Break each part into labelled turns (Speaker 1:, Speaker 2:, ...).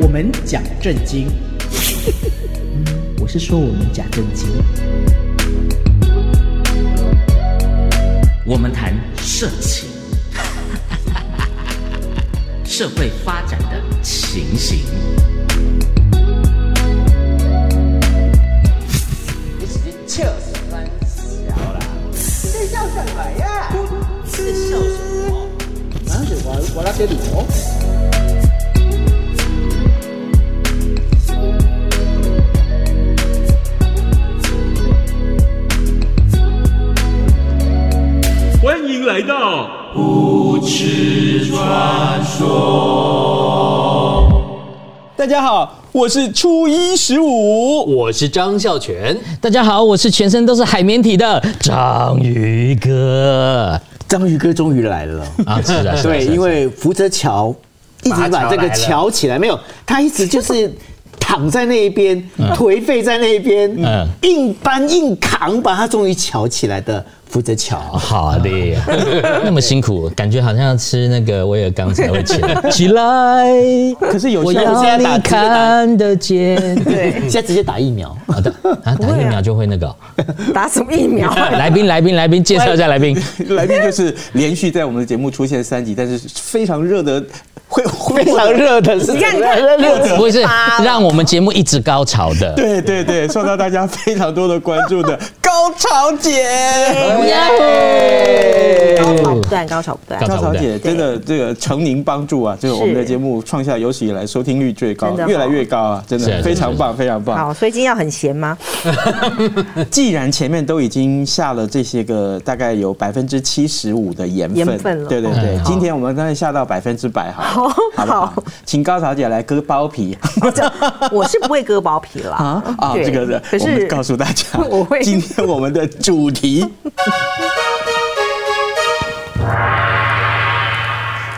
Speaker 1: 我们讲正经， 嗯我是说我们讲正经。
Speaker 2: 我们谈社情， 社会发展的情形。
Speaker 3: 欢迎来到
Speaker 4: 大家好，我是初一十五，
Speaker 5: 我是张孝全，
Speaker 6: 大家好，我是全身都是海绵体的章鱼哥
Speaker 7: 章鱼哥终于来了，
Speaker 6: 啊，是啊，是啊
Speaker 7: 对，
Speaker 6: 是啊
Speaker 7: 因为福泽桥一直把这个桥起来，没有，他一直就是躺在那一边， 颓废在那一边
Speaker 6: 嗯，
Speaker 7: 硬搬硬扛，把他终于桥起来的福泽桥。
Speaker 6: 好的，那么辛苦，感觉好像要吃那个威尔刚才会起来，起来，
Speaker 4: 可是有
Speaker 6: 我
Speaker 4: 效
Speaker 7: 我现在
Speaker 6: 要你
Speaker 7: 打直接打
Speaker 6: 看得见。
Speaker 7: 对，现在直接打疫苗，
Speaker 6: 好的啊，打疫苗就会那个哦。
Speaker 8: 打什么疫 苗？
Speaker 6: 来宾，来宾，来宾，介绍一下来宾。
Speaker 4: 来宾就是连续在我们的节目出现三集，但是非常热的，会会
Speaker 7: 非常热的是，
Speaker 8: 你看，你看，
Speaker 6: 不是让我们节目一直高潮的。
Speaker 4: 对对对，受到大家非常多的关注的高潮姐。
Speaker 6: 哎耶
Speaker 8: 哎高潮不断，高潮不断
Speaker 6: 高。
Speaker 4: 高
Speaker 6: 潮
Speaker 4: 潮
Speaker 6: 不
Speaker 4: 姐真
Speaker 6: 断
Speaker 4: 的这个承您帮助啊，这个我们的节目创下有史以来收听率最高
Speaker 8: 真的，哦
Speaker 4: 越来越高啊，真
Speaker 6: 是啊
Speaker 4: 的非常棒，非常棒。
Speaker 8: 好，所以今天要很闲吗？
Speaker 4: 既然前面都已经下了这些个大概有百分之七十五的盐分，
Speaker 8: 盐分了
Speaker 4: 对对对，
Speaker 6: 嗯
Speaker 4: 今天我们刚才下到百分之百，好了，好不好
Speaker 8: 好？
Speaker 4: 请高小姐来割包皮
Speaker 8: 我是不会割包皮啦。
Speaker 4: 啊啊！
Speaker 8: 对
Speaker 4: 这个是
Speaker 8: 可
Speaker 4: 我们
Speaker 8: 是
Speaker 4: 告诉大家，
Speaker 8: 我会
Speaker 4: 今天我们的主题。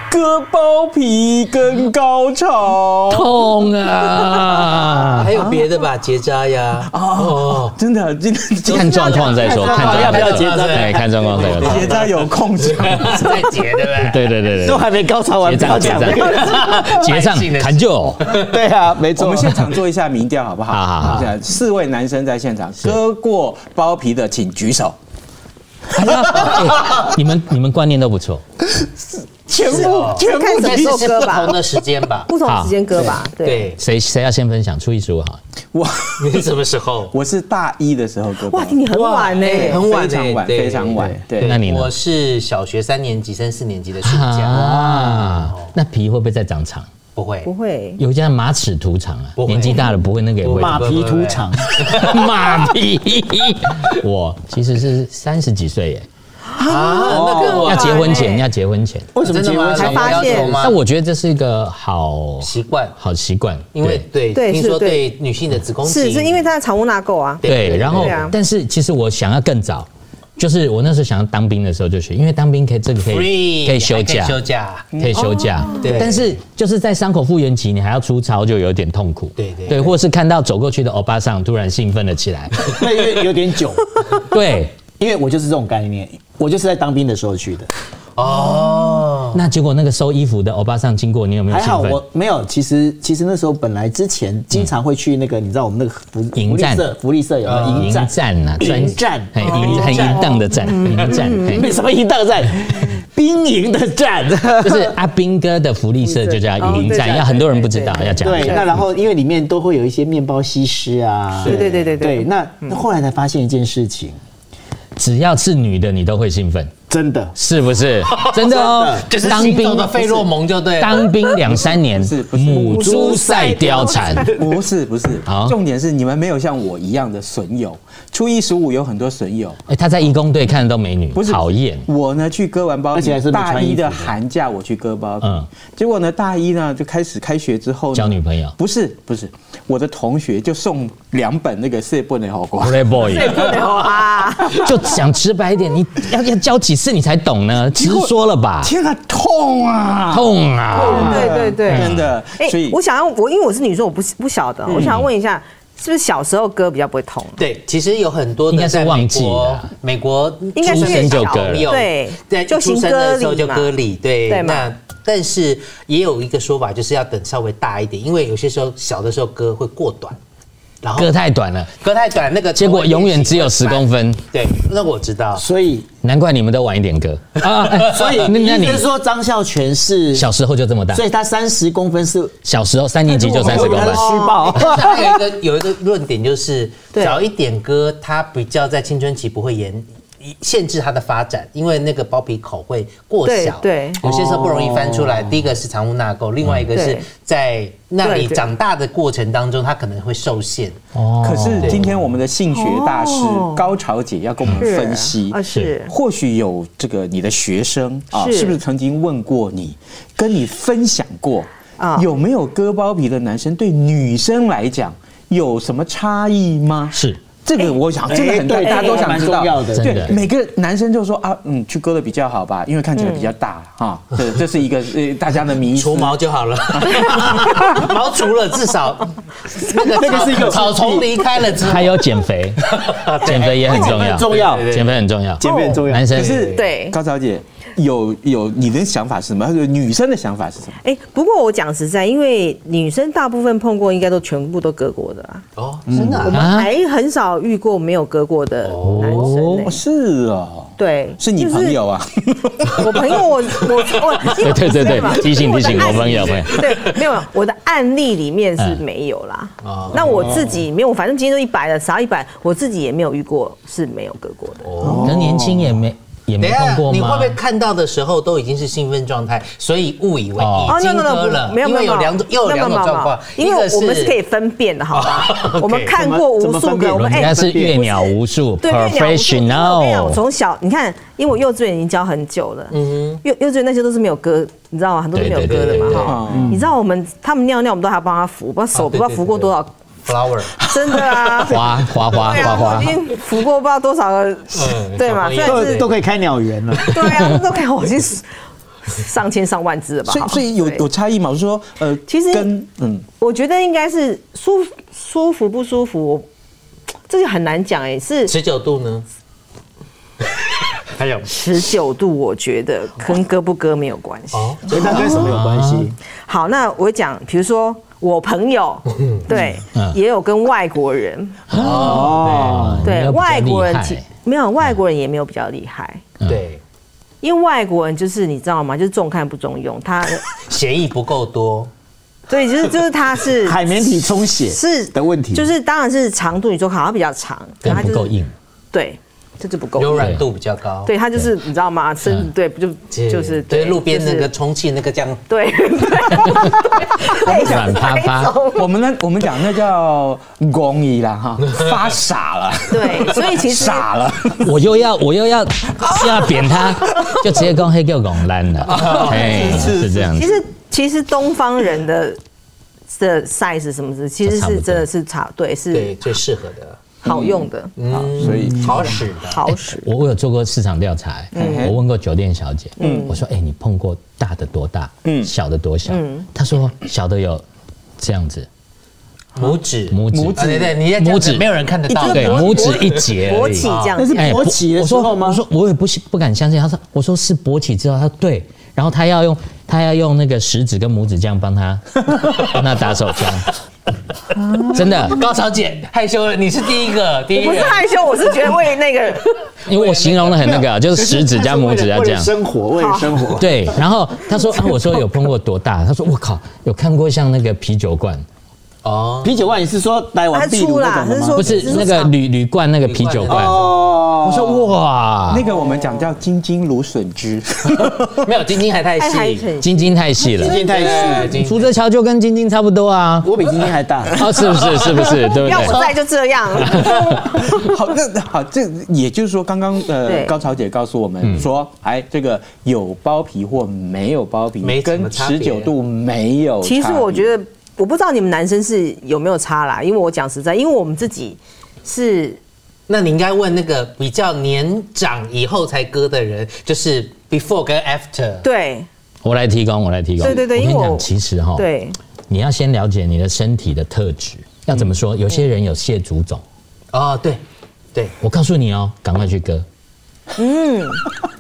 Speaker 4: 割包皮跟高潮，
Speaker 6: 痛啊！
Speaker 5: 还有别的吧，结扎呀，哦，
Speaker 4: 真的，今天今
Speaker 6: 看状况再说，看状况
Speaker 7: 要不要
Speaker 6: 结
Speaker 7: 结
Speaker 6: 账？
Speaker 7: 账
Speaker 6: 对，看状况再说
Speaker 4: 天。结扎有空讲，
Speaker 5: 在结的呗。
Speaker 6: 对对对对
Speaker 7: 都还没高潮完，
Speaker 6: 对，结
Speaker 7: 不要
Speaker 6: 账结
Speaker 7: 讲这个。
Speaker 6: 账，结
Speaker 5: 性
Speaker 6: 账
Speaker 5: 的
Speaker 6: 砍就。
Speaker 7: 对啊，没错。
Speaker 4: 我们现场做一下民调好不好？
Speaker 6: 好好好
Speaker 4: 这样四位男生在现场割过包皮的，请举手。
Speaker 6: 哎呀哎你们你们观念都不错，
Speaker 4: 全部全
Speaker 8: 看什么时候
Speaker 5: 是
Speaker 8: 割
Speaker 5: 不
Speaker 8: 吧
Speaker 5: 同，的时间吧？
Speaker 8: 不同时间割吧。对。
Speaker 5: 对，
Speaker 6: 谁谁要先分享？初一十五好，
Speaker 4: 我
Speaker 5: 你是什么时候？
Speaker 4: 我是大一的时候割包
Speaker 8: 哇，
Speaker 4: 皮，
Speaker 8: 你很晚呢。
Speaker 5: 哎很晚
Speaker 4: 非常
Speaker 5: 呢
Speaker 4: 晚，
Speaker 5: 对
Speaker 4: 非常晚。对，
Speaker 6: 那你呢
Speaker 5: 我是小学三年级升四年级的暑假
Speaker 6: 啊，，那皮会不会再长长？
Speaker 5: 不会
Speaker 8: 不会，
Speaker 6: 有一家马齿涂长啊，
Speaker 5: 不会
Speaker 6: 年纪大了不会那个也会
Speaker 7: 马 皮
Speaker 5: 不
Speaker 7: 图
Speaker 5: 不
Speaker 7: 长，
Speaker 6: 马屁。 我其实是三十几岁耶，
Speaker 5: 啊，那跟我
Speaker 6: 要结婚
Speaker 8: 哎
Speaker 6: 前，要结婚前。
Speaker 5: 为什么结婚
Speaker 8: 才发现
Speaker 6: 但我觉得这是一个好
Speaker 5: 习惯，
Speaker 6: 好习惯，
Speaker 5: 因为
Speaker 6: 对
Speaker 5: 对，
Speaker 8: 对
Speaker 5: 听
Speaker 8: 是
Speaker 5: 说
Speaker 8: 对
Speaker 5: 对女性的子宫
Speaker 8: 是
Speaker 5: 颈
Speaker 8: 是因为他的藏污纳垢啊。
Speaker 5: 对
Speaker 6: 对，然后
Speaker 8: 对啊
Speaker 6: 但是其实我想要更早。就是我那时候想要当兵的时候就学，因为当兵可以这个可以
Speaker 5: free
Speaker 6: 可以休假
Speaker 5: 还可以，休 假，
Speaker 6: 可以休假，
Speaker 5: 对
Speaker 6: 但是就是在伤口复原期，你还要出操，就有点痛苦。
Speaker 5: 对对
Speaker 6: 对，或是看到走过去的欧巴桑突然兴奋了起来，
Speaker 7: 对，因为有点久，
Speaker 6: 对，
Speaker 7: 因为我就是这种概念，我就是在当兵的时候去的。
Speaker 6: 那结果那个收衣服的欧巴桑经过，你有没有
Speaker 7: 还
Speaker 6: 兴
Speaker 7: 好
Speaker 6: 奋？
Speaker 7: 我没有，其实其实那时候本来之前经常会去那个，你知道我们那个福
Speaker 6: 营
Speaker 7: 福利
Speaker 6: 站
Speaker 7: 社福利社有没有
Speaker 6: 迎
Speaker 7: 营站？
Speaker 6: 战啊，专
Speaker 7: 营战
Speaker 6: 很迎很
Speaker 7: 战
Speaker 6: 淫荡的战，迎战，嘿
Speaker 7: 什么营荡 站？兵营的站。
Speaker 6: 就是阿兵哥的福利社就叫
Speaker 8: 哦
Speaker 6: 迎
Speaker 8: 对
Speaker 6: 战，
Speaker 8: 对
Speaker 6: 要很多人不知道，要讲一
Speaker 7: 对，
Speaker 6: 下。
Speaker 7: 那然后因为里面都会有一些面包西施啊，
Speaker 8: 对对对对对
Speaker 7: 对。嗯那后来才发现一件事情，
Speaker 6: 只要是女的，你都会兴奋，
Speaker 7: 真的
Speaker 6: 是不是？真的哦，
Speaker 5: 就是
Speaker 6: 当
Speaker 5: 行走
Speaker 6: 兵
Speaker 5: 的费洛蒙就对了。
Speaker 6: 当兵两三年
Speaker 4: 是，不是
Speaker 6: 母猪赛貂蝉，
Speaker 4: 不是不是
Speaker 6: 好，
Speaker 4: 重点是你们没有像我一样的损友。初一十五有很多损友，
Speaker 6: 哎，他在义工队看得到美女，
Speaker 4: 不是
Speaker 6: 讨厌。
Speaker 4: 我呢去割完包皮，
Speaker 7: 而且还是没穿
Speaker 4: 大
Speaker 7: 衣
Speaker 4: 一
Speaker 7: 服
Speaker 4: 的
Speaker 7: 的
Speaker 4: 寒假我去割包皮，
Speaker 6: 嗯
Speaker 4: 结果呢大一呢就开始开学之后呢
Speaker 6: 交女朋友
Speaker 4: 不是不是，我的同学就送两本那个《色本的好瓜》，
Speaker 6: Playboy
Speaker 8: 啊，
Speaker 6: 就讲直白一点，你要要教几次你才懂呢？直说了吧，
Speaker 4: 天啊，痛啊！
Speaker 6: 痛啊！
Speaker 8: 对对对。
Speaker 4: 真的
Speaker 8: 哎，
Speaker 4: 所以
Speaker 8: 我想要我，因为我是女生，我不不晓得，我想要问一下，是不是小时候割比较不会痛？
Speaker 5: 对，其实有很多
Speaker 6: 应该
Speaker 5: 的
Speaker 6: 是
Speaker 5: 在美
Speaker 6: 忘记
Speaker 5: 国
Speaker 6: 啦，
Speaker 5: 美国
Speaker 8: 应该
Speaker 5: 出
Speaker 8: 是越
Speaker 5: 生就
Speaker 8: 小
Speaker 5: 割了，
Speaker 8: 对
Speaker 5: 对，
Speaker 8: 就
Speaker 5: 出
Speaker 8: 行
Speaker 5: 生的时候
Speaker 8: 割
Speaker 5: 就
Speaker 8: 礼嘛
Speaker 5: 割礼，对，
Speaker 8: 对嘛
Speaker 5: 那但是也有一个说法，就是要等稍微大一点，因为有些时候小的时候割会过短，然后
Speaker 6: 割太短了，
Speaker 5: 割太短，那个
Speaker 6: 结果永远只有
Speaker 5: 头
Speaker 6: 十
Speaker 5: 会变
Speaker 6: 公分，
Speaker 5: 形。对，那我知道，
Speaker 7: 所以
Speaker 6: 难怪你们都晚一点割啊。哎
Speaker 7: 所以
Speaker 6: 那那
Speaker 7: 你
Speaker 6: 你
Speaker 7: 是说张孝全是
Speaker 6: 小时候就这么大
Speaker 7: 所，以哎他三十公分是
Speaker 6: 小时候三年级就三十公分
Speaker 7: 他是，虚报。
Speaker 5: 但是还有一个有一个论点就是，
Speaker 8: 对
Speaker 5: 早一点割，它比较在青春期不会延。限制它的发展，因为那个包皮口会过小，
Speaker 8: 对对
Speaker 5: 有些时候不容易翻出来。第一个是藏污纳垢，另外一个是
Speaker 8: 对
Speaker 5: 在那里
Speaker 8: 对对
Speaker 5: 长大的过程当中，它可能会受限。
Speaker 4: 可
Speaker 7: 哦
Speaker 4: 是今天我们的性学大师
Speaker 8: 哦
Speaker 4: 高潮姐要跟我们
Speaker 8: 是
Speaker 4: 分析
Speaker 8: 啊，是
Speaker 4: 或许有这个你的学生啊，
Speaker 8: 是
Speaker 4: 是不是曾经问过你，跟你分享过
Speaker 8: 啊
Speaker 4: 有没有割包皮的男生对女生来讲有什么差异吗？
Speaker 6: 是
Speaker 4: 这个我想真的很
Speaker 7: 哎
Speaker 4: 对，
Speaker 7: 对
Speaker 4: 大家都想
Speaker 7: 这
Speaker 4: 知道。
Speaker 7: 个蛮重要的
Speaker 6: 真的
Speaker 4: 对，每个男生就说啊，嗯，去割的比较好吧，因为看起来比较大
Speaker 8: 嗯
Speaker 4: 哈。这这是一个呃大家的迷思
Speaker 5: 除。毛就好了， 毛除了至少那个那个是一个草丛离开了之后，
Speaker 6: 还有减肥，减肥也很重要，
Speaker 7: 重要
Speaker 6: 减肥很重要，
Speaker 7: 减肥很重要
Speaker 6: 男生
Speaker 4: 可是
Speaker 8: 对
Speaker 4: 高小姐有有你的想法是什么？还有女生的想法是什么？
Speaker 8: 哎、不过我讲实在，因为女生大部分碰过，应该都全部都割过的啊，
Speaker 5: 哦，真的啊、
Speaker 6: 啊
Speaker 8: 还很少遇过没有割过的男生、
Speaker 4: 哦，
Speaker 8: 欸。
Speaker 4: 是哦，
Speaker 8: 对，
Speaker 4: 是你朋友啊？
Speaker 8: 我朋友，我我我，
Speaker 6: 对对对对，提醒提醒我朋
Speaker 8: 友。
Speaker 6: 友们，
Speaker 8: 对，没有，我的案例里面是没有啦。那我自己没有，反正今天都一百了，少一百，我自己也没有遇过是没有割过的。
Speaker 6: 可能年轻也没也
Speaker 5: 等
Speaker 6: 没
Speaker 5: 一
Speaker 6: 碰
Speaker 5: 下，
Speaker 6: 过
Speaker 5: 你会
Speaker 6: 吗
Speaker 5: 不会？看到的时候都已经是兴奋状态，所以误以为
Speaker 6: 哦
Speaker 5: 已经割了？
Speaker 8: 没有
Speaker 5: 因
Speaker 8: 没
Speaker 5: 为
Speaker 8: 有
Speaker 5: 有两种，又有两种状况，
Speaker 8: 因
Speaker 5: 一
Speaker 8: 为
Speaker 5: 个
Speaker 8: 我们是可以分辨的，好吧？
Speaker 5: 哦
Speaker 8: 我们
Speaker 5: OK，
Speaker 8: 看过
Speaker 7: 怎
Speaker 8: 无
Speaker 7: 么怎
Speaker 8: 数
Speaker 7: 么分辨
Speaker 8: 个，我们哎
Speaker 6: 人家是阅鸟无数
Speaker 8: 对，因为鸟不是我跟你讲我
Speaker 6: ，professional，
Speaker 8: 从小你看，因为我幼稚园已经教很久了，幼幼稚园那些都是没有割，你知道吗？很多都没有割的
Speaker 5: 嗯对对对对
Speaker 8: 嘛
Speaker 5: 对
Speaker 8: 哈。
Speaker 4: 嗯
Speaker 8: 你知道我们他们尿尿，我们都还要帮他扶，不知道手
Speaker 5: 哦
Speaker 8: 不
Speaker 5: 对
Speaker 8: 知道
Speaker 5: 对
Speaker 8: 扶过
Speaker 5: 对对
Speaker 8: 多少，
Speaker 5: flower，
Speaker 8: 真的啊。
Speaker 6: 花花花
Speaker 8: 对
Speaker 6: 花
Speaker 8: 啊，我
Speaker 6: 花
Speaker 8: 已，经扶过不知道多少个，对嘛？
Speaker 5: 嗯
Speaker 8: 虽
Speaker 5: 小朋友
Speaker 8: 然
Speaker 7: 都
Speaker 8: 是
Speaker 7: 都可以开鸟 园了，
Speaker 8: 对啊，都可以，我已经是上千上万只了吧？
Speaker 4: 所以
Speaker 8: 哈
Speaker 4: 所以有
Speaker 8: 对
Speaker 4: 有差异嘛？我是说呃，
Speaker 8: 其实
Speaker 4: 跟嗯，
Speaker 8: 我觉得应该是舒服舒服不舒服，我这就很难讲哎、是
Speaker 5: 持久度呢？还有
Speaker 8: 持久度，我觉得跟割不割没有关系。
Speaker 5: 哦，
Speaker 7: 所以它跟什么有关系？
Speaker 8: 好，那我讲，比如说我 朋友，对，
Speaker 6: 嗯
Speaker 8: 也有跟外国人，
Speaker 7: 哦，
Speaker 6: 你
Speaker 8: 对
Speaker 6: 要比较
Speaker 8: 外国人
Speaker 6: 厉害
Speaker 8: 其没有外国人也没有比较厉害，
Speaker 6: 嗯
Speaker 5: 对，
Speaker 8: 因为外国人就是你知道吗？就是重看不重用，他
Speaker 5: 协议不够多，
Speaker 8: 所以就是就是他 是
Speaker 7: 海绵体充血
Speaker 8: 是
Speaker 7: 的问题，
Speaker 8: 就是当然是长度，你说好像比较长，可
Speaker 6: 根
Speaker 8: 它
Speaker 6: 本
Speaker 8: 就
Speaker 6: 不
Speaker 8: 是
Speaker 6: 够，硬，
Speaker 8: 对，这就不够
Speaker 5: 柔
Speaker 8: 硬。
Speaker 5: 软度比较高。
Speaker 8: 对，它就是你知道吗？
Speaker 7: 嗯
Speaker 8: 身对不就就是
Speaker 5: 对路边那个
Speaker 8: 就是
Speaker 5: 充气那个这样，
Speaker 8: 对对，
Speaker 6: 软趴趴
Speaker 8: 那种
Speaker 4: 我们呢，我们讲那叫公益啦 哈，发傻了，
Speaker 8: 对，所以其实
Speaker 4: 傻了，
Speaker 6: 我又要我又要是要扁他，就直接跟黑狗拱烂
Speaker 8: 哦
Speaker 6: 了，哎，是这样
Speaker 8: 其
Speaker 6: 子，
Speaker 8: 实其实东方人的的 size 什么的，其实
Speaker 6: 差不
Speaker 8: 是
Speaker 6: 多
Speaker 8: 真的是差对是
Speaker 5: 对，最适合的，嗯
Speaker 8: 好用的，
Speaker 6: 嗯
Speaker 4: 所以
Speaker 5: 好使的。
Speaker 8: 好使。
Speaker 6: 哎我我有做过市场调查，
Speaker 8: 嗯
Speaker 6: 我问过酒店小姐，我说，哎，你碰过大的多大，
Speaker 8: 嗯
Speaker 6: 小的多小？她说小的有这样子，
Speaker 5: 拇指，
Speaker 6: 嗯拇指
Speaker 5: 啊对对，你在
Speaker 6: 拇
Speaker 5: 拇
Speaker 6: 指
Speaker 5: 指，没有人看得到，
Speaker 6: 对，拇指一节而
Speaker 8: 勃
Speaker 6: 已，
Speaker 8: 起这样
Speaker 7: 那，是
Speaker 6: 哎
Speaker 7: 勃起的时候吗
Speaker 6: 我？说我说我也不信不敢相信。他说我说是勃起之后，他说对，然后他要用他要用那个食指跟拇指这样 帮他帮他打手枪，
Speaker 7: 啊
Speaker 6: 真的，
Speaker 5: 高潮姐害羞了，你是第一个，第一
Speaker 8: 不
Speaker 5: 个
Speaker 8: 是。害羞，我是觉得为那 个
Speaker 6: 因为我形容的很那个啊，就是食指加拇指要啊
Speaker 7: 为了
Speaker 6: 这样。
Speaker 7: 生活，为了生活，
Speaker 6: 对，然后他说啊，我说有碰过多大？他说我靠，有看过像那个啤酒罐，
Speaker 5: 哦，
Speaker 7: 啤酒罐，你是说来
Speaker 8: 他
Speaker 7: 往壁
Speaker 8: 出
Speaker 7: 炉
Speaker 8: 啦
Speaker 7: 那，种
Speaker 8: 他是
Speaker 7: 吗？
Speaker 8: 说
Speaker 6: 不是那个铝铝罐那个啤酒罐。
Speaker 7: 哦
Speaker 6: 我说哇，
Speaker 4: 那个我们讲叫金金芦笋汁，
Speaker 5: 没有，晶晶还太
Speaker 8: 太太
Speaker 5: 细，
Speaker 8: 很
Speaker 6: 晶晶太细了，
Speaker 7: 金太
Speaker 5: 对
Speaker 7: 虚，
Speaker 5: 晶晶
Speaker 6: 福泽桥就跟晶晶差不多 啊。
Speaker 7: 我比金金还大。
Speaker 6: 哦，是不是？是不是？对不
Speaker 8: 要
Speaker 6: 对
Speaker 8: 我？在就这 样，
Speaker 4: 好，那好，这也就是说，刚刚呃
Speaker 8: 对
Speaker 4: 高潮姐告诉我们说，哎，这个有包皮或没有包皮，
Speaker 5: 没什么
Speaker 4: 跟
Speaker 5: 差别
Speaker 4: 持久度没有差异。
Speaker 8: 其实我觉得，我不知道你们男生是有没有差啦，因为我讲实在，因为我们自己是
Speaker 5: 那你应该问那个比较年长以后才割的人，就是 before 跟 after。
Speaker 8: 对
Speaker 6: 我来提供，我来提供。
Speaker 8: 对对对
Speaker 6: 我跟
Speaker 8: 因
Speaker 6: 你
Speaker 8: 为我
Speaker 6: 讲，其实哈，
Speaker 8: 对
Speaker 6: 你要先了解你的身体的特质。要怎么说？有些人有蟹足肿，
Speaker 5: 哦，对，对，
Speaker 6: 我告诉你哦，赶快去
Speaker 8: 嗯
Speaker 6: 割，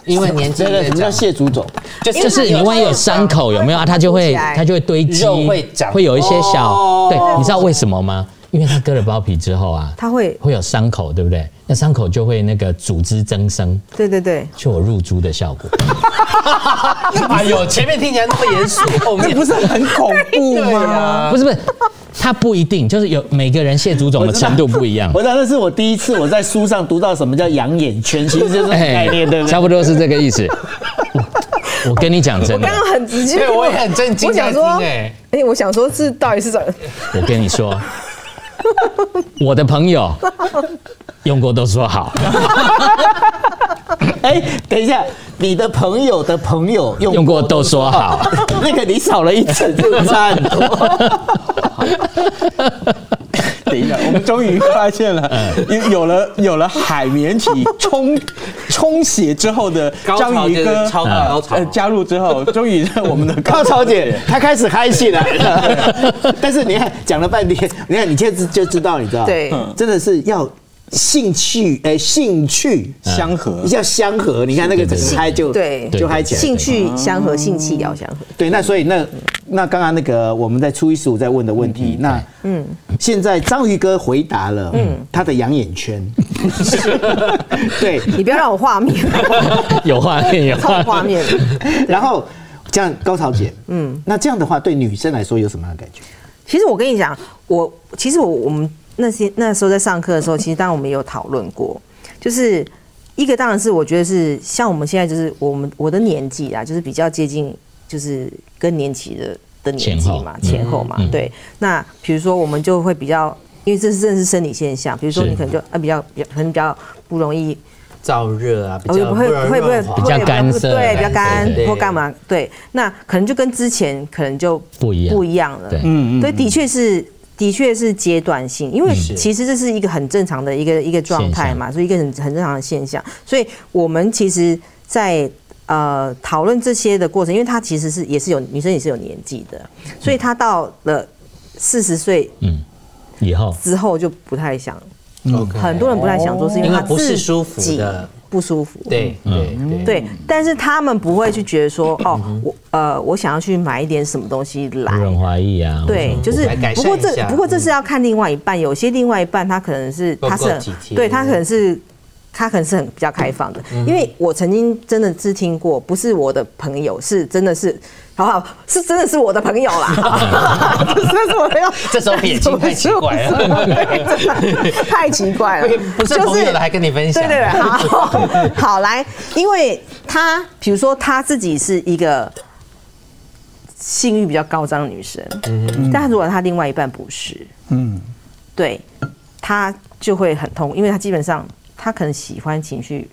Speaker 5: 因为年纪
Speaker 7: 那个什
Speaker 5: 越
Speaker 7: 么叫
Speaker 5: 长，
Speaker 7: 蟹 足肿？
Speaker 5: 就是
Speaker 6: 就是你万一有伤口有
Speaker 8: 嗯
Speaker 6: 没有啊？它就会它就会堆积，
Speaker 5: 肉会长
Speaker 6: 会有一些
Speaker 8: 哦
Speaker 6: 小对，你知道为什么吗？因为它割了包皮之后啊，
Speaker 8: 它会
Speaker 6: 会有伤口，对不对？那伤口就会那个组织增生，
Speaker 8: 对对对，
Speaker 6: 就有入珠的效果。
Speaker 5: 哎呦，前面听起来那么严肃，后 面
Speaker 4: 不是很恐 怖
Speaker 5: 对
Speaker 4: 吗？
Speaker 5: 啊
Speaker 6: 不是不是，它不一定，就是有每个人蟹足肿的程度不一样
Speaker 7: 我。知道，那是我第一次我在书上读到什么叫养眼圈，其实就是这种概念，对不
Speaker 6: 哎差
Speaker 7: 对？
Speaker 6: 不多是这个意思。我我跟你讲真的
Speaker 8: 刚，刚很直接，
Speaker 5: 对我也很震惊
Speaker 8: 我想说，
Speaker 5: 在听
Speaker 8: 哎
Speaker 5: 哎、
Speaker 8: 我想说是到底是怎么？
Speaker 6: 我跟你说，我的朋友用过都说好，
Speaker 7: 哎，等一下，你的朋友的朋友用
Speaker 6: 用过都说好。
Speaker 7: 那个你少了一层，这个差很多。
Speaker 4: 等一下，我们终于发现了， 有有了有了海绵体冲冲血之后的章鱼哥，
Speaker 9: 超高潮
Speaker 4: 呃，加入之后，终于让我们的
Speaker 7: 高潮姐，她开始嗨起来了。但是你看，讲了半天，你看你现在就知道，你知道，
Speaker 8: 对
Speaker 7: 真的是要兴趣，哎，兴趣
Speaker 4: 相合
Speaker 5: 嗯
Speaker 7: 要相合。你看那个整个嗨就
Speaker 8: 对
Speaker 7: 就嗨起来。
Speaker 8: 兴趣相合，性气也要相合。
Speaker 7: 对，那所以那那刚刚那个我们在初一十五在问的问题，那嗯，现在章鱼哥回答了，嗯，他的养眼 圈，对，
Speaker 8: 你不要让我画面，
Speaker 6: 有画面有
Speaker 8: 超
Speaker 6: 画
Speaker 8: 有画
Speaker 6: 面，
Speaker 8: 面。
Speaker 7: 然后这样高潮姐，嗯，那这样的话对女生来说有什么样的感觉？
Speaker 8: 其实我跟你讲，我其实我我们那些那时候在上课的时候，其实当然我们也有讨论过，就是一个当然是我觉得是像我们现在就是我们我的年纪啊，就是比较接近就是更年期的的年纪嘛，前后嘛，对。那比如说我们就会比较，因为这是真的是生理现象，比如说
Speaker 6: 是
Speaker 8: 你可能就啊比较比较可能比较不容易
Speaker 5: 燥热啊，比
Speaker 8: 哦，
Speaker 5: 较
Speaker 8: 会会不会
Speaker 5: 润滑
Speaker 8: 会
Speaker 6: 比较干涩
Speaker 8: 对，比较干
Speaker 5: 对对
Speaker 8: 或干嘛？对，那可能就跟之前可能就
Speaker 6: 不一样
Speaker 8: 不一样了。
Speaker 6: 对
Speaker 8: 嗯，对，的确是。的确是阶段性，因为
Speaker 6: 嗯
Speaker 8: 其实这是一个很正常的一个一个状态嘛，所以一个很很正常的现象。所以我们其实在，呃讨论这些的过程，因为她其实是也是有女生也是有年纪的，
Speaker 6: 嗯
Speaker 8: 所以她到了四十岁
Speaker 6: 以后
Speaker 8: 之后就不太想，嗯很多人不太想做，是因为
Speaker 5: 因为
Speaker 8: 她
Speaker 5: 不是
Speaker 8: 自
Speaker 5: 舒服
Speaker 8: 己
Speaker 5: 的
Speaker 8: 不舒服。
Speaker 5: 对对对，
Speaker 8: 嗯对，但是他们不会去觉得说，
Speaker 6: 嗯
Speaker 8: 哦，我呃，我想要去买一点什么东西来。
Speaker 6: 润滑液啊，
Speaker 8: 对，就是
Speaker 5: 哦来改善
Speaker 8: 不过
Speaker 5: 一
Speaker 8: 这
Speaker 5: 下嗯
Speaker 8: 不过这是要看另外一半，有些另外一半他可能是
Speaker 5: 不够
Speaker 8: 他是很
Speaker 5: 体贴嗯
Speaker 8: 对他可能是他可能是很比较开放的，因为我曾经真的是听过，不是我的朋友，是真的是。好不好？是真的是我的朋友啦， 真的是我的朋友。
Speaker 5: 这时候眼睛太奇 怪了
Speaker 8: 对真 的太奇怪了。
Speaker 5: 不是朋友的还跟你分享，
Speaker 8: 对对对， 好好来，因为她比如说她自己是一个性欲比较高涨的女生，
Speaker 5: 嗯
Speaker 8: 但如果她另外一半不是，嗯，对，她就会很痛苦，因为她基本上她可能喜欢情趣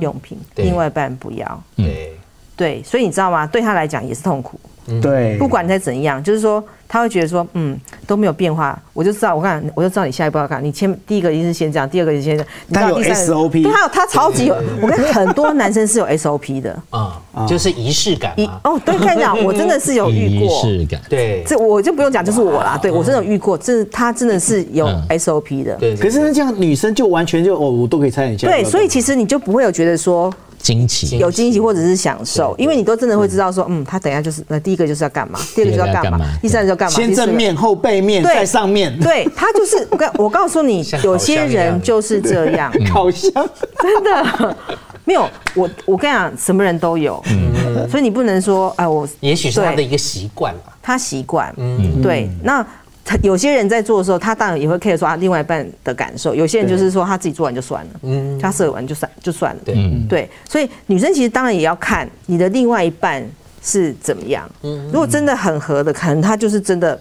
Speaker 8: 用品，
Speaker 5: 嗯对
Speaker 8: 另外一半不要，
Speaker 5: 对
Speaker 8: 对，所以你知道吗？对她来讲也是痛苦。
Speaker 5: 嗯
Speaker 7: 对
Speaker 8: 不管再怎样，就是说他会觉得说，嗯，都没有变化，我就知道，我看我就知道你下一步要干，你先第一个一定是先这样，第二个一定是先这样，你知道
Speaker 7: 他有
Speaker 8: 第三个
Speaker 7: SOP
Speaker 8: 对，他有他超级有，我跟很多男生是有 SOP 的，
Speaker 5: 啊，就是仪式感
Speaker 8: 一
Speaker 5: 嘛，
Speaker 8: 哦，对，看讲我真的是有遇
Speaker 6: 仪
Speaker 8: 过，
Speaker 6: 式感，
Speaker 5: 对
Speaker 8: 这我就不用讲，就是我啦，对我真的有遇过，这他真的是有 SOP 的，
Speaker 5: 对，
Speaker 7: 可是那这样女生就完全就哦，我都可以猜你下一步要
Speaker 8: 对，
Speaker 7: 干嘛。
Speaker 8: 所以其实你就不会有觉得说
Speaker 6: 惊奇
Speaker 8: 有惊喜或者是享受，因为你都真的会知道说，嗯，他等一下就是那第一个就是要干嘛，第二个就是要
Speaker 6: 第二个
Speaker 8: 干
Speaker 6: 要干
Speaker 8: 嘛
Speaker 6: 嘛，
Speaker 8: 第三个就要干嘛，
Speaker 7: 先
Speaker 8: 第四
Speaker 7: 正
Speaker 8: 个
Speaker 7: 面后背面
Speaker 8: 对
Speaker 7: 再上面，
Speaker 8: 对他就是我告我告诉你
Speaker 5: 像，
Speaker 8: 有
Speaker 5: 烤
Speaker 8: 些
Speaker 5: 箱一
Speaker 8: 人
Speaker 5: 样
Speaker 8: 就是这样，
Speaker 7: 烤箱
Speaker 8: 真的没有我我跟你讲，什么人都有，
Speaker 5: 嗯
Speaker 8: 所以你不能说哎、我
Speaker 5: 也许是他的
Speaker 8: 对
Speaker 5: 一个习惯吧，
Speaker 8: 他习惯，
Speaker 5: 嗯
Speaker 8: 对那。他有些人在做的时候，他当然也会 care 说他啊另外一半的感受。有些人就是说他自己做完就算了，
Speaker 5: 嗯
Speaker 8: 他射完就算就算了。
Speaker 5: 对
Speaker 8: 对，嗯所以女生其实当然也要看你的另外一半是怎么样。
Speaker 5: 嗯
Speaker 8: 如果真的很合的，可能他就是真的，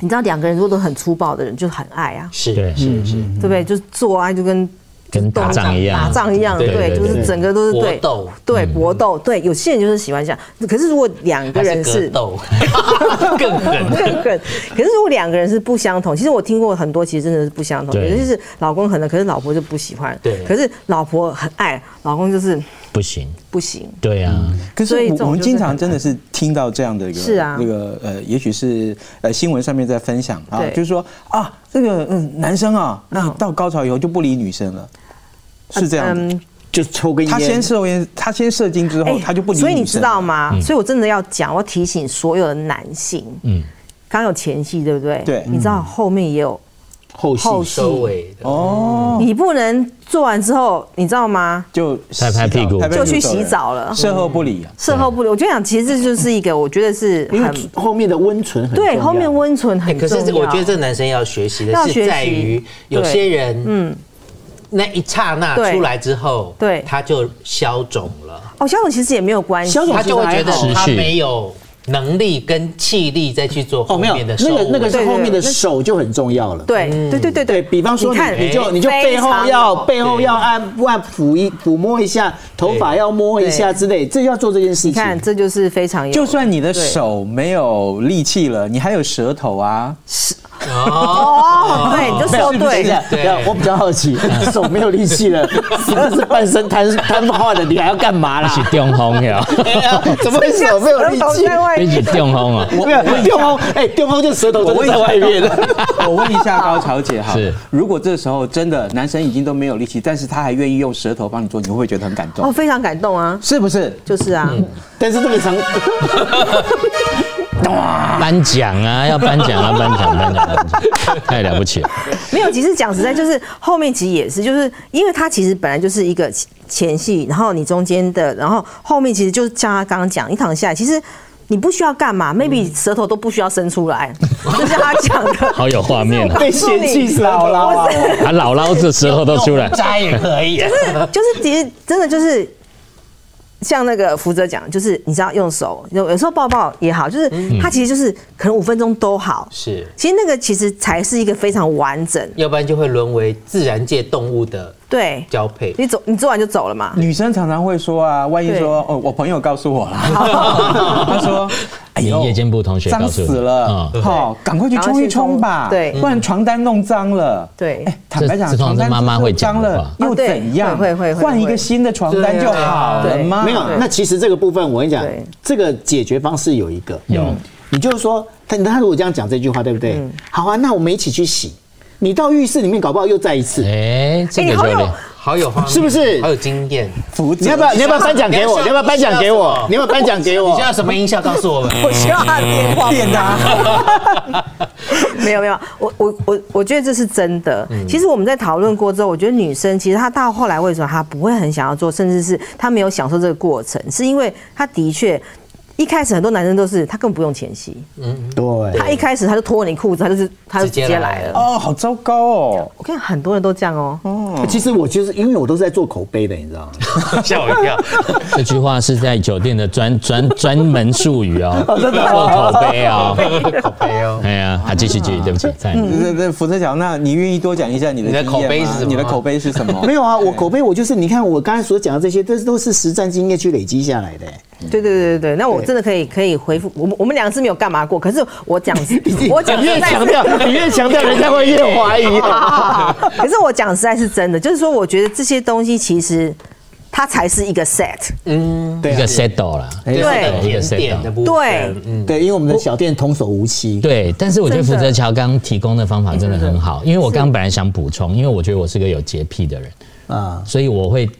Speaker 8: 你知道两个人如果都很粗暴的人，就很爱啊。
Speaker 5: 是
Speaker 6: 对
Speaker 5: 是是，
Speaker 8: 对不对？就是做爱就跟
Speaker 6: 跟打仗一样，
Speaker 8: 打仗一样，
Speaker 5: 对
Speaker 8: 对，
Speaker 6: 对
Speaker 8: 就是整个都是对
Speaker 5: 搏斗，
Speaker 8: 对搏斗，对，有些人就是喜欢这样。可是如果两个
Speaker 5: 还
Speaker 8: 人
Speaker 5: 是格
Speaker 8: 是
Speaker 5: 斗 更狠，
Speaker 8: 更更，可是如果两个人是不相同，其实我听过很多，其实真的是不相同，
Speaker 6: 对
Speaker 8: 有些是老公很能，可是老婆就不喜欢，
Speaker 5: 对
Speaker 8: 可是老婆很爱，老公就是
Speaker 6: 不行，
Speaker 8: 不行。
Speaker 6: 对啊，
Speaker 4: 可是
Speaker 8: 所以这
Speaker 4: 我
Speaker 8: 种
Speaker 4: 我们
Speaker 8: 就是
Speaker 4: 经
Speaker 8: 很
Speaker 4: 常真的是听到这样的一个，
Speaker 8: 是啊
Speaker 4: 这个呃，也许是呃新闻上面在分享啊，
Speaker 8: 对
Speaker 4: 就是说啊，这个嗯男生啊，那
Speaker 8: 嗯
Speaker 4: 到高潮以后就不理女生了，是这样子。
Speaker 8: 嗯，
Speaker 7: 就抽根烟。
Speaker 4: 他先射烟，他先射精之后，
Speaker 8: 哎
Speaker 4: 他就不理女
Speaker 8: 所
Speaker 4: 生了。
Speaker 8: 以你知道吗？所以我真的要讲，我要提醒所有的男性，
Speaker 6: 嗯，
Speaker 8: 刚有前戏，对不对？
Speaker 4: 对
Speaker 8: 你知道后面也有
Speaker 7: 后戏
Speaker 8: 后戏，
Speaker 5: 嗯收尾的
Speaker 4: 哦，
Speaker 8: 你不能做完之后，你知道吗？
Speaker 4: 就
Speaker 6: 拍拍屁股
Speaker 4: 洗澡
Speaker 8: 就去洗澡了
Speaker 4: 事后不理啊。
Speaker 8: 事后不留，我就想，其实这就是一个，我觉得是
Speaker 7: 因为
Speaker 8: 很
Speaker 7: 后面的温存很重要
Speaker 8: 对，后面温存很
Speaker 5: 可
Speaker 8: 重
Speaker 5: 是
Speaker 8: 要。
Speaker 5: 这我觉得这男生要学习的
Speaker 8: 要学
Speaker 5: 是
Speaker 8: 习
Speaker 5: 在于有些人，嗯，那一刹那
Speaker 8: 对
Speaker 5: 出来之后，
Speaker 8: 对
Speaker 5: 他就消肿了，
Speaker 8: 哦，肖总其实也没有关系，
Speaker 7: 肖总
Speaker 5: 他就会觉得
Speaker 6: 还好
Speaker 5: 他
Speaker 6: 持续
Speaker 5: 没有能力跟气力再去做
Speaker 7: 哦
Speaker 5: 后
Speaker 7: 没有
Speaker 5: 面的收
Speaker 7: 那个那个
Speaker 5: 尾
Speaker 7: 是
Speaker 8: 对对
Speaker 7: 后面的
Speaker 8: 对那
Speaker 7: 手就很重要了。
Speaker 8: 对对对对
Speaker 7: 嗯对比方说
Speaker 8: 你看哎
Speaker 7: 你你就你就
Speaker 8: 非
Speaker 7: 背后
Speaker 8: 常
Speaker 7: 要
Speaker 8: 好
Speaker 7: 背后要按按抚一抚摸一下，头发要摸一下之类，这要做这件事
Speaker 8: 你看，
Speaker 7: 情。
Speaker 8: 这就是非常有
Speaker 4: 就算你的
Speaker 8: 对
Speaker 4: 手没有力气了，你还有舌头啊，
Speaker 5: 哦，
Speaker 8: 哦，对，你就
Speaker 7: 没有
Speaker 8: 说对
Speaker 7: 等一下
Speaker 8: 了，
Speaker 5: 对
Speaker 7: 等一下我比较好 奇，手没有力气了，那是半身瘫瘫痪的，你还要干嘛
Speaker 6: 一
Speaker 7: 啦？
Speaker 6: 起电轰呀，
Speaker 7: 哎呀怎么会手没有 力气？
Speaker 8: 哎
Speaker 6: 一起电轰啊！
Speaker 7: 没有电轰，哎，电轰就舌头都
Speaker 4: 我问
Speaker 7: 在外面 了。
Speaker 4: 我问一下高潮姐哈
Speaker 6: 是，
Speaker 4: 如果这时候真的男生已经都没有力气，但是他还愿意用舌头帮你做，你会不会觉得很感
Speaker 8: 哦，
Speaker 4: 动？
Speaker 8: 非常感动啊，
Speaker 4: 是不是？
Speaker 8: 就是啊，
Speaker 7: 但是这个长，
Speaker 6: 颁奖啊，要颁奖啊，颁奖，颁奖，颁奖，太了不起了！
Speaker 8: 没有，其实讲实在，就是后面其实也是，就是因为它其实本来就是一个前戏，然后你中间的，然后后面其实就是像他刚刚讲，你躺下来，其实。你不需要干嘛，maybe 舌头都不需要伸出来，就像他讲的。
Speaker 6: 好有画面 啊！
Speaker 7: 被嫌弃死好啦
Speaker 8: 我是
Speaker 6: 啊，姥姥这舌头都出 来，
Speaker 5: 扎也可以，
Speaker 8: 就是其实真的就是像那个福泽讲，就是你知道用手有有时候抱抱也好，就是它其实就是可能五分钟都好。
Speaker 5: 是，
Speaker 8: 其实那个其实才是一个非常完整，
Speaker 5: 要不然就会沦为自然界动物的
Speaker 8: 对，
Speaker 5: 交配。
Speaker 8: 你走你做完就走了嘛。
Speaker 4: 女生常常会说啊，万一说哦，我朋友告诉我啦， 他说，哎
Speaker 6: 你夜间部同学告
Speaker 4: 脏
Speaker 6: 诉
Speaker 4: 死
Speaker 6: 你
Speaker 4: 了，
Speaker 6: 嗯
Speaker 4: 好，赶快去冲一冲吧，
Speaker 8: 对
Speaker 4: 不然床单弄脏了。
Speaker 8: 对，
Speaker 4: 哎，坦白讲，
Speaker 6: 这这
Speaker 4: 床
Speaker 6: 通常是
Speaker 4: 单
Speaker 6: 妈妈会讲
Speaker 4: 脏
Speaker 6: 的
Speaker 4: 了
Speaker 6: 话
Speaker 4: 又
Speaker 8: 啊对
Speaker 4: 怎样？
Speaker 8: 会会会会啊
Speaker 4: 换一个新的床单就好了嘛。
Speaker 7: 没有，那其实这个部分我跟你讲
Speaker 8: 对，
Speaker 7: 这个解决方式有一个，
Speaker 6: 有
Speaker 7: 你就是说，他他如果这样讲这句话，对不对？好啊，那我们一起去洗。你到浴室里面搞不好又再一次，
Speaker 6: 哎，这个
Speaker 8: 哎好
Speaker 6: 就有
Speaker 8: 有
Speaker 6: 点
Speaker 5: 好有画面，
Speaker 7: 是不是
Speaker 5: 好有经验。
Speaker 4: 福
Speaker 7: 你要不
Speaker 4: 泽
Speaker 7: 要？你要不要颁奖给我？
Speaker 5: 你
Speaker 7: 你
Speaker 5: 需
Speaker 7: 要不要
Speaker 5: 要
Speaker 7: 颁奖给我？你
Speaker 5: 你
Speaker 7: 要不要颁奖给
Speaker 5: 你
Speaker 7: 我
Speaker 5: 需？要什么音效告 诉我们？
Speaker 8: 需要他的电 话
Speaker 4: 变的啊，
Speaker 8: 没有没有，我我我我觉得这是真的。
Speaker 7: 嗯
Speaker 8: 其实我们在讨论过之后，我觉得女生其实她到后来为什么她不会很想要做，甚至是她没有享受这个过程，是因为她的确一开始很多男生都是他根本不用前戏，
Speaker 7: 对，
Speaker 8: 他一开始他就脱你裤子，他就是他就直接来了。
Speaker 4: 哦，好糟糕哦。
Speaker 8: 我看很多人都这样哦，
Speaker 7: 其实我就是因为我都是在做口碑的，你知道吗？
Speaker 5: 吓我一跳。
Speaker 6: 这句话是在酒店的专专专门术语 哦，做口碑哦。
Speaker 5: 好肥哦。
Speaker 6: 哎呀，好，继续继续，
Speaker 8: 嗯
Speaker 6: 对不起，再来
Speaker 4: 这这福特角，那你愿意多讲一下你的
Speaker 5: 你的
Speaker 4: 经验
Speaker 5: 口碑是
Speaker 4: 吗
Speaker 5: 什么
Speaker 4: 你的口碑是什 么？
Speaker 7: 没有啊，我口碑我就是你看我刚才所讲的这些，都是都是实战经验去累积下来的。
Speaker 8: 对对对对对，那我真的可以可以回复，我们我们两个是没有干嘛过，可是我讲我 讲
Speaker 7: 你越
Speaker 8: 实在
Speaker 7: 强
Speaker 8: 是
Speaker 7: 调，你越强调， 人家会越怀疑。
Speaker 8: 可是我讲实在是真的，就是说我觉得这些东西其实它才是一个 set，啊
Speaker 6: 一个 settle 啦。
Speaker 8: 哎
Speaker 5: 对
Speaker 6: 一个
Speaker 5: 甜点的部分。
Speaker 8: 对
Speaker 5: 嗯，
Speaker 7: 对，因为我们的小店童叟无欺。
Speaker 6: 对，但是我觉得
Speaker 8: 真
Speaker 6: 福
Speaker 8: 的
Speaker 6: 泽桥刚提供的方法真的很好，因为我刚本来想补充，因为我觉得我是个有洁癖的人，
Speaker 7: 啊，
Speaker 6: 所以我会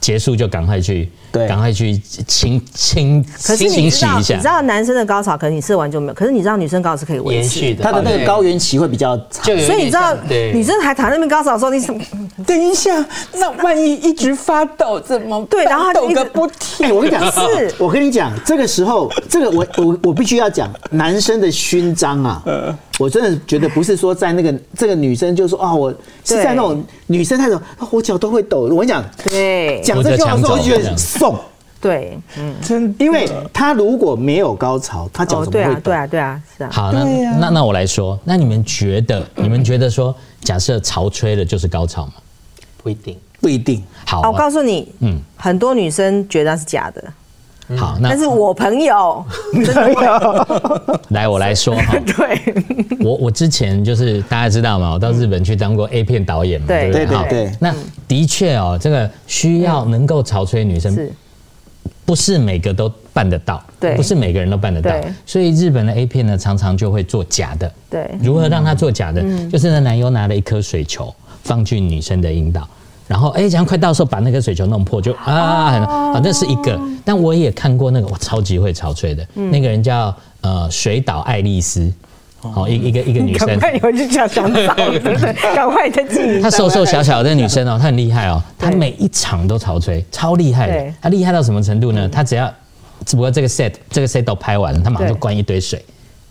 Speaker 6: 结束就赶快去，
Speaker 7: 对
Speaker 6: 赶快去清清
Speaker 8: 可是
Speaker 6: 清
Speaker 8: 你
Speaker 6: 清
Speaker 8: 知
Speaker 6: 洗
Speaker 8: 道，
Speaker 6: 一
Speaker 8: 你
Speaker 6: 下
Speaker 8: 知。道男生的高潮可能你射完就没有，可是你知道女生高潮是可以维
Speaker 5: 延
Speaker 8: 持。
Speaker 5: 续的。
Speaker 7: 它的那个高原期会比较长。
Speaker 5: 就有一点像，
Speaker 8: 所以你知道，
Speaker 5: 对，
Speaker 8: 女生还躺在那边高潮的时候，你什么
Speaker 4: 等一下，那万一一直发抖怎么办？
Speaker 8: 对然后他就
Speaker 4: 抖
Speaker 8: 一直
Speaker 4: 个不停。
Speaker 7: 哎，我跟你讲，
Speaker 8: 是
Speaker 7: 我跟你讲，这个时候，这个我我我必须要讲，男生的勋章啊，
Speaker 6: 呃
Speaker 7: 我真的觉得不是说在那个这个女生就说啊，我是在那种女生那种，啊我脚都会抖。我跟你讲，
Speaker 8: 对
Speaker 7: 讲这句话的时候，我
Speaker 6: 我就
Speaker 7: 就
Speaker 6: 抢走
Speaker 7: 觉得送，
Speaker 8: 对
Speaker 6: 嗯
Speaker 8: 嗯
Speaker 4: 真
Speaker 7: 因为他如果没有高潮，他脚
Speaker 8: 哦，
Speaker 7: 怎么
Speaker 8: 对
Speaker 7: 会
Speaker 8: 啊，
Speaker 7: 抖
Speaker 8: 对？啊，对啊，是啊。
Speaker 6: 好，那那那我来说，那你们觉得，你们觉得说，假设潮吹了就是高潮吗？
Speaker 5: 不一定。
Speaker 7: 不一定，
Speaker 6: 好
Speaker 8: 哦，我
Speaker 6: 啊，
Speaker 8: 告诉你，
Speaker 6: 嗯啊
Speaker 8: 嗯，很多女生觉得那是假的，
Speaker 6: 好，那
Speaker 8: 但是我朋 友，
Speaker 6: 来我 来说哈，
Speaker 8: 对，
Speaker 6: 我我之前就是大家知道嘛，我到日本去当过 A 片导演嘛，
Speaker 8: 嗯对嗯
Speaker 6: 对不啊
Speaker 7: 对对
Speaker 6: 好
Speaker 7: 对
Speaker 6: 那的确哦，这个需要能够潮吹女生，
Speaker 8: 是
Speaker 6: 不是每个都办得到，
Speaker 8: 嗯对
Speaker 6: 不是每个人都办得到
Speaker 8: 对，
Speaker 6: 所以日本的 A 片呢，常常就会做假的。
Speaker 8: 对
Speaker 6: 如何让它做假的？就是呢，男优拿了一颗水球放进女生的阴道。然后，哎，这样快到的时候把那颗水球弄破，就啊，很啊，那是一个。但我也看过那个，我超级会潮吹的，那个人叫呃水岛爱丽丝，哦，一一个一个女
Speaker 8: 赶
Speaker 6: 生，
Speaker 8: 快回去想想找， 真的赶快再 进一
Speaker 6: 她
Speaker 8: 下。
Speaker 6: 瘦瘦小小的女生哦，她很厉害哦，她
Speaker 8: 对
Speaker 6: 每一场都潮吹，超厉害的
Speaker 8: 对。
Speaker 6: 她厉害到什么程度呢？她只要，只不过这个 set 这个 set 都拍完了，她马上就
Speaker 8: 对
Speaker 6: 灌一堆水。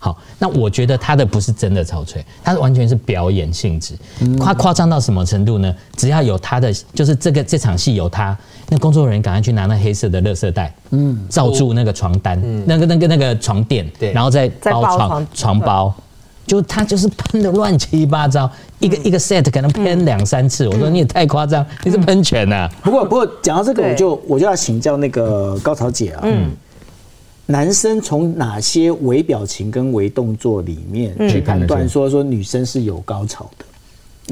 Speaker 6: 好，那我觉得她的不是真的潮吹，她完全是表演性质。夸夸张到什么程度呢？只要有她的，就是这个这场戏有她，那工作人员赶快去拿那黑色的垃圾袋，嗯，罩住那个床单，那个那个那个床垫，
Speaker 5: 对
Speaker 6: 然后再
Speaker 8: 再
Speaker 6: 包
Speaker 8: 包
Speaker 6: 床
Speaker 8: 床
Speaker 6: 床包。就他就是喷的乱七八糟，一个一个 set 可能喷两三次。我说你也太夸张，你是喷泉呐、
Speaker 7: 不过不过讲到这个，
Speaker 8: 对嗯
Speaker 7: 我就我就要请教那个高潮姐啊，男生从哪些微表情跟微动作里面
Speaker 8: 嗯
Speaker 7: 去判断说说女生是有高潮的？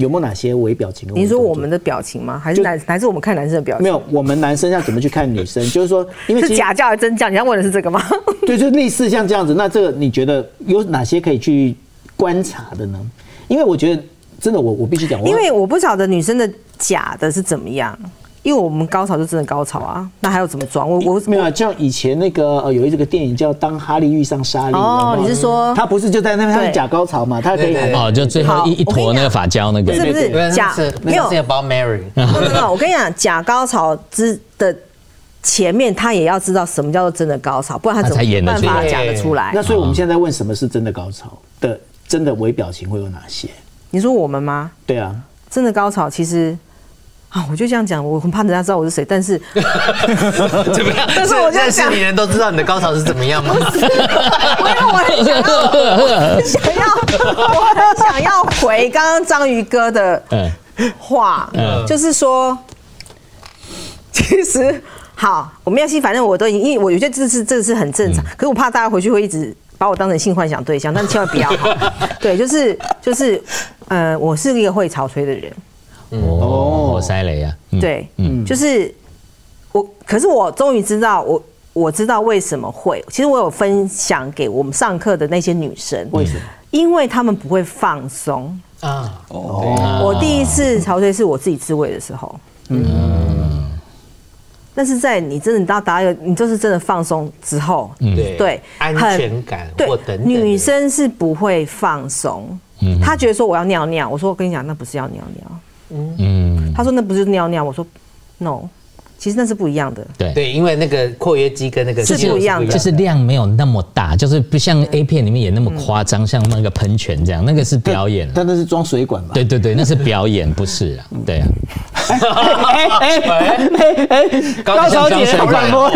Speaker 7: 有没有哪些微表情跟微
Speaker 8: 你
Speaker 7: 动作？
Speaker 8: 说我们的表情吗？还是
Speaker 7: 就
Speaker 8: 男还是我们看男生的表情？
Speaker 7: 没有，我们男生要怎么去看女 生？就是说，因为其
Speaker 8: 是
Speaker 7: 实
Speaker 8: 假叫还是真叫？你要问的是这个吗？
Speaker 7: 对，就类似像这样子。那这个你觉得有哪些可以去观察的呢？因为我觉得真的，我我必须讲，我
Speaker 8: 因为我不晓得女生的假的是怎么样，因为我们高潮就真的高潮啊，那还有怎么装？我我
Speaker 7: 没有啊像以前那个呃有一这个电影叫《当哈利遇上莎莉》
Speaker 8: 哦
Speaker 7: 有没有
Speaker 8: 你是说
Speaker 7: 他不是就在那边他是
Speaker 8: 对
Speaker 7: 假高潮嘛？他可以
Speaker 5: 对对
Speaker 7: 喊
Speaker 5: 对
Speaker 6: 哦，就最后
Speaker 8: 好
Speaker 6: 一一坨那个发胶那个
Speaker 8: 不是不
Speaker 7: 对
Speaker 5: 对，
Speaker 8: 是假
Speaker 5: 那是
Speaker 8: 没
Speaker 5: 那
Speaker 8: 有
Speaker 5: 是 about Mary，
Speaker 8: no no no，我跟你讲，假高潮之的前面，他也要知道什么叫做真的高潮，不然他怎
Speaker 6: 他才演
Speaker 8: 么
Speaker 6: 得
Speaker 8: 办
Speaker 6: 出来
Speaker 8: 法讲得出来
Speaker 7: 那？所以我
Speaker 6: 哦
Speaker 7: 们现在问什么是真的高潮的，真的微表情会有哪些？
Speaker 8: 你说我们吗？
Speaker 7: 对啊，
Speaker 8: 真的高潮其实。啊，我就这样讲，我很怕人家知道我是谁，但是
Speaker 5: 怎么样？
Speaker 8: 但是我就
Speaker 5: 认识
Speaker 8: 想
Speaker 5: 你的人都知道你的高潮是怎么样吗？
Speaker 8: 我因为我很想要，我很想要，我很想要回刚刚章鱼哥的
Speaker 6: 嗯，
Speaker 8: 话，就是说，其实好，我没有心，反正我都已经，因为我有些这是这是很正常，可是我怕大家回去会一直把我当成性幻想对象，但千万不要。 对，就是就是，呃，我是一个会潮吹的人，
Speaker 6: 哦，活塞雷啊，嗯，
Speaker 8: 对，就是我，可是我终于知道我。我知道为什么会，其实我有分享给我们上课的那些女生，为什么？因为她们不会放松。
Speaker 5: 啊，
Speaker 6: 嗯
Speaker 8: 我第一次潮吹是我自己自慰的时候，嗯，但是在你真的到达一个，你就是真的放松之后，
Speaker 7: 嗯
Speaker 5: 对
Speaker 8: 对，
Speaker 5: 安
Speaker 8: 很
Speaker 5: 全感
Speaker 8: 对
Speaker 5: 或等等的
Speaker 8: 女生是不会放松，
Speaker 7: 嗯
Speaker 8: 她觉得说我要尿尿，我说我跟你讲那不是要尿尿，
Speaker 6: 嗯，
Speaker 8: 她说那不是尿尿，我说 no，其实那是不一样的，
Speaker 6: 对。
Speaker 5: 对，因为那个括约肌跟那个
Speaker 8: 是不一样的
Speaker 6: 就是量没有那么大，就是不像 A 片里面演那么夸张，像那个喷泉这样，那个是表演。啊
Speaker 7: 但那是装水管吧？
Speaker 6: 对对对，那是表演，不是啊，对啊。
Speaker 5: 高
Speaker 6: 潮姐好冷漠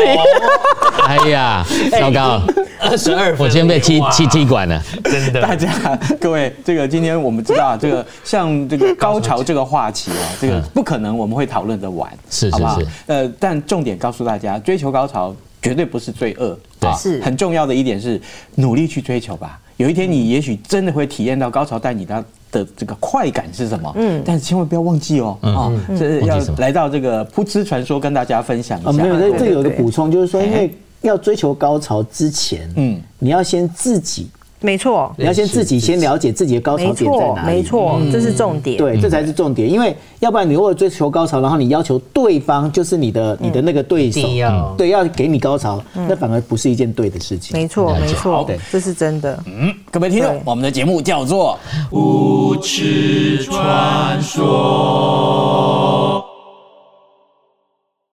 Speaker 6: 哎呀，糟糕，
Speaker 5: 二十二，
Speaker 6: 我今天被踢
Speaker 5: 哇
Speaker 6: 踢踢馆了。
Speaker 5: 真
Speaker 4: 大
Speaker 5: 的。
Speaker 4: 家各位，这个今天我们知 道，这个像这个高潮这个话题啊，这个不可能我们会讨论的完，
Speaker 6: 嗯是是
Speaker 4: 好不好
Speaker 6: 是？
Speaker 4: 呃，但重点告诉大家，追求高潮绝对不是罪恶，
Speaker 6: 对
Speaker 8: 是
Speaker 4: 很重要的一点是努力去追求吧。有一天你也许真的会体验到高潮带你的的这个快感是什么，嗯，但是千万不要忘记哦，啊，这
Speaker 6: 嗯忘
Speaker 4: 要
Speaker 6: 记什么
Speaker 4: 来到这个噗嗤传说跟大家分享
Speaker 7: 啊，
Speaker 4: 一下
Speaker 7: 没有，，这这
Speaker 8: 对
Speaker 7: 个有一个
Speaker 8: 对哎
Speaker 7: 补充，就是说，因为要追求高潮之前，嗯
Speaker 4: 嗯，
Speaker 7: 你要先自己，
Speaker 8: 没错，
Speaker 7: 你要先自己先了解自己的高潮
Speaker 8: 没
Speaker 7: 点在
Speaker 8: 错，
Speaker 7: 哪里，嗯
Speaker 8: 没错，这是重点，
Speaker 7: 对，这才是重点，因为要不然你如果追求高潮，然后你要求对方就是你的你的那个对手
Speaker 5: 一定要，
Speaker 7: 对，要给你高潮，那反而不是一件对的事情。
Speaker 8: 没错，没错
Speaker 4: 对，
Speaker 8: 这是真的。
Speaker 4: 嗯各位听众
Speaker 8: 对，
Speaker 4: 我们的节目叫做
Speaker 3: 不吃传说。